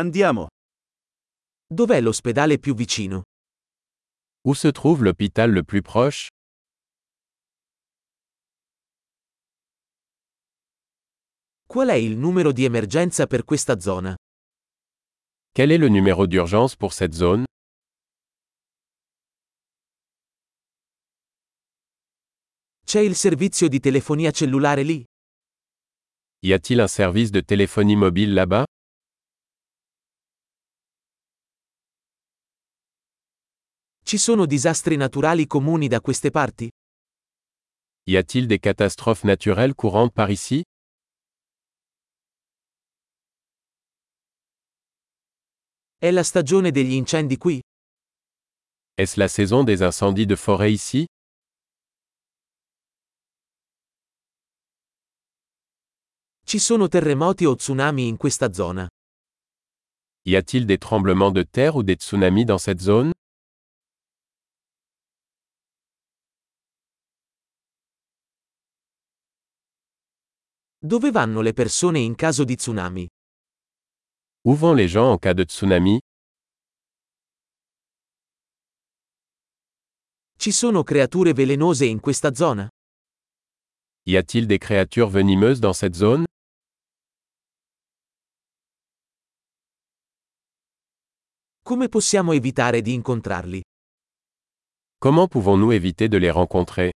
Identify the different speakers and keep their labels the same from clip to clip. Speaker 1: Andiamo. Dov'è l'ospedale più vicino?
Speaker 2: Où se trouve l'hôpital le plus proche
Speaker 1: Qual è il numero di emergenza per questa zona?
Speaker 2: Quel est le numéro d'urgence pour cette zone
Speaker 1: C'è il servizio di telefonia cellulare lì?
Speaker 2: Y a-t-il un service de téléphonie mobile là-bas
Speaker 1: Ci sono disastri naturali comuni da queste parti?
Speaker 2: Y a-t-il des catastrophes naturelles courantes par ici
Speaker 1: È la stagione degli incendi qui?
Speaker 2: Est-ce la saison des incendies de forêt ici
Speaker 1: Ci sono terremoti o tsunami in questa zona?
Speaker 2: Y a-t-il des tremblements de terre ou des tsunamis dans cette zone
Speaker 1: Dove vanno le persone in caso di tsunami?
Speaker 2: Où vont les gens en cas de tsunami
Speaker 1: Ci sono creature velenose in questa zona?
Speaker 2: Y a-t-il des créatures venimeuses dans cette zone
Speaker 1: Come possiamo evitare di incontrarli?
Speaker 2: Comment pouvons-nous éviter de les rencontrer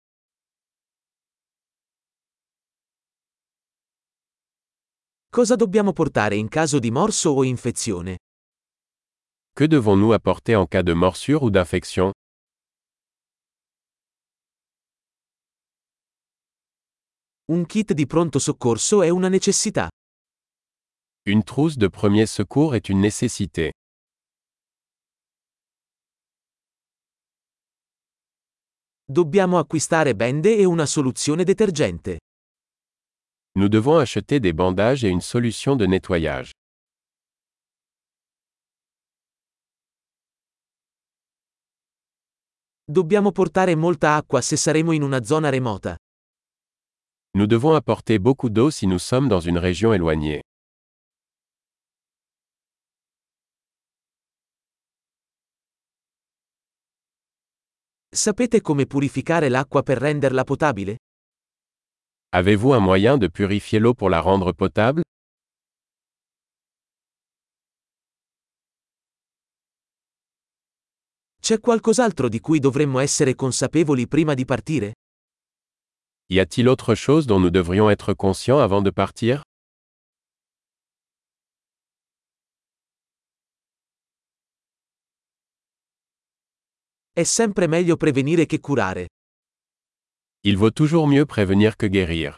Speaker 1: Cosa dobbiamo portare in caso di morso o infezione?
Speaker 2: Que devons-nous apporter en cas de morsure ou d'infection
Speaker 1: Un kit di pronto soccorso è una necessità.
Speaker 2: Une trousse de premier secours est une nécessité.
Speaker 1: Dobbiamo acquistare bende e una soluzione detergente.
Speaker 2: Nous devons acheter des bandages et une solution de nettoyage.
Speaker 1: Dobbiamo portare molta acqua se saremo in una zona remota.
Speaker 2: Nous devons apporter beaucoup d'eau si nous sommes dans une région éloignée.
Speaker 1: Sapete come purificare l'acqua per renderla potabile?
Speaker 2: Avez-vous un moyen de purifier l'eau pour la rendre potable
Speaker 1: C'è qualcos'altro di cui dovremmo essere consapevoli prima di partire?
Speaker 2: Y a-t-il autre chose dont nous devrions être conscients avant de partir
Speaker 1: È sempre meglio prevenire che curare.
Speaker 2: Il vaut toujours mieux prévenir que guérir.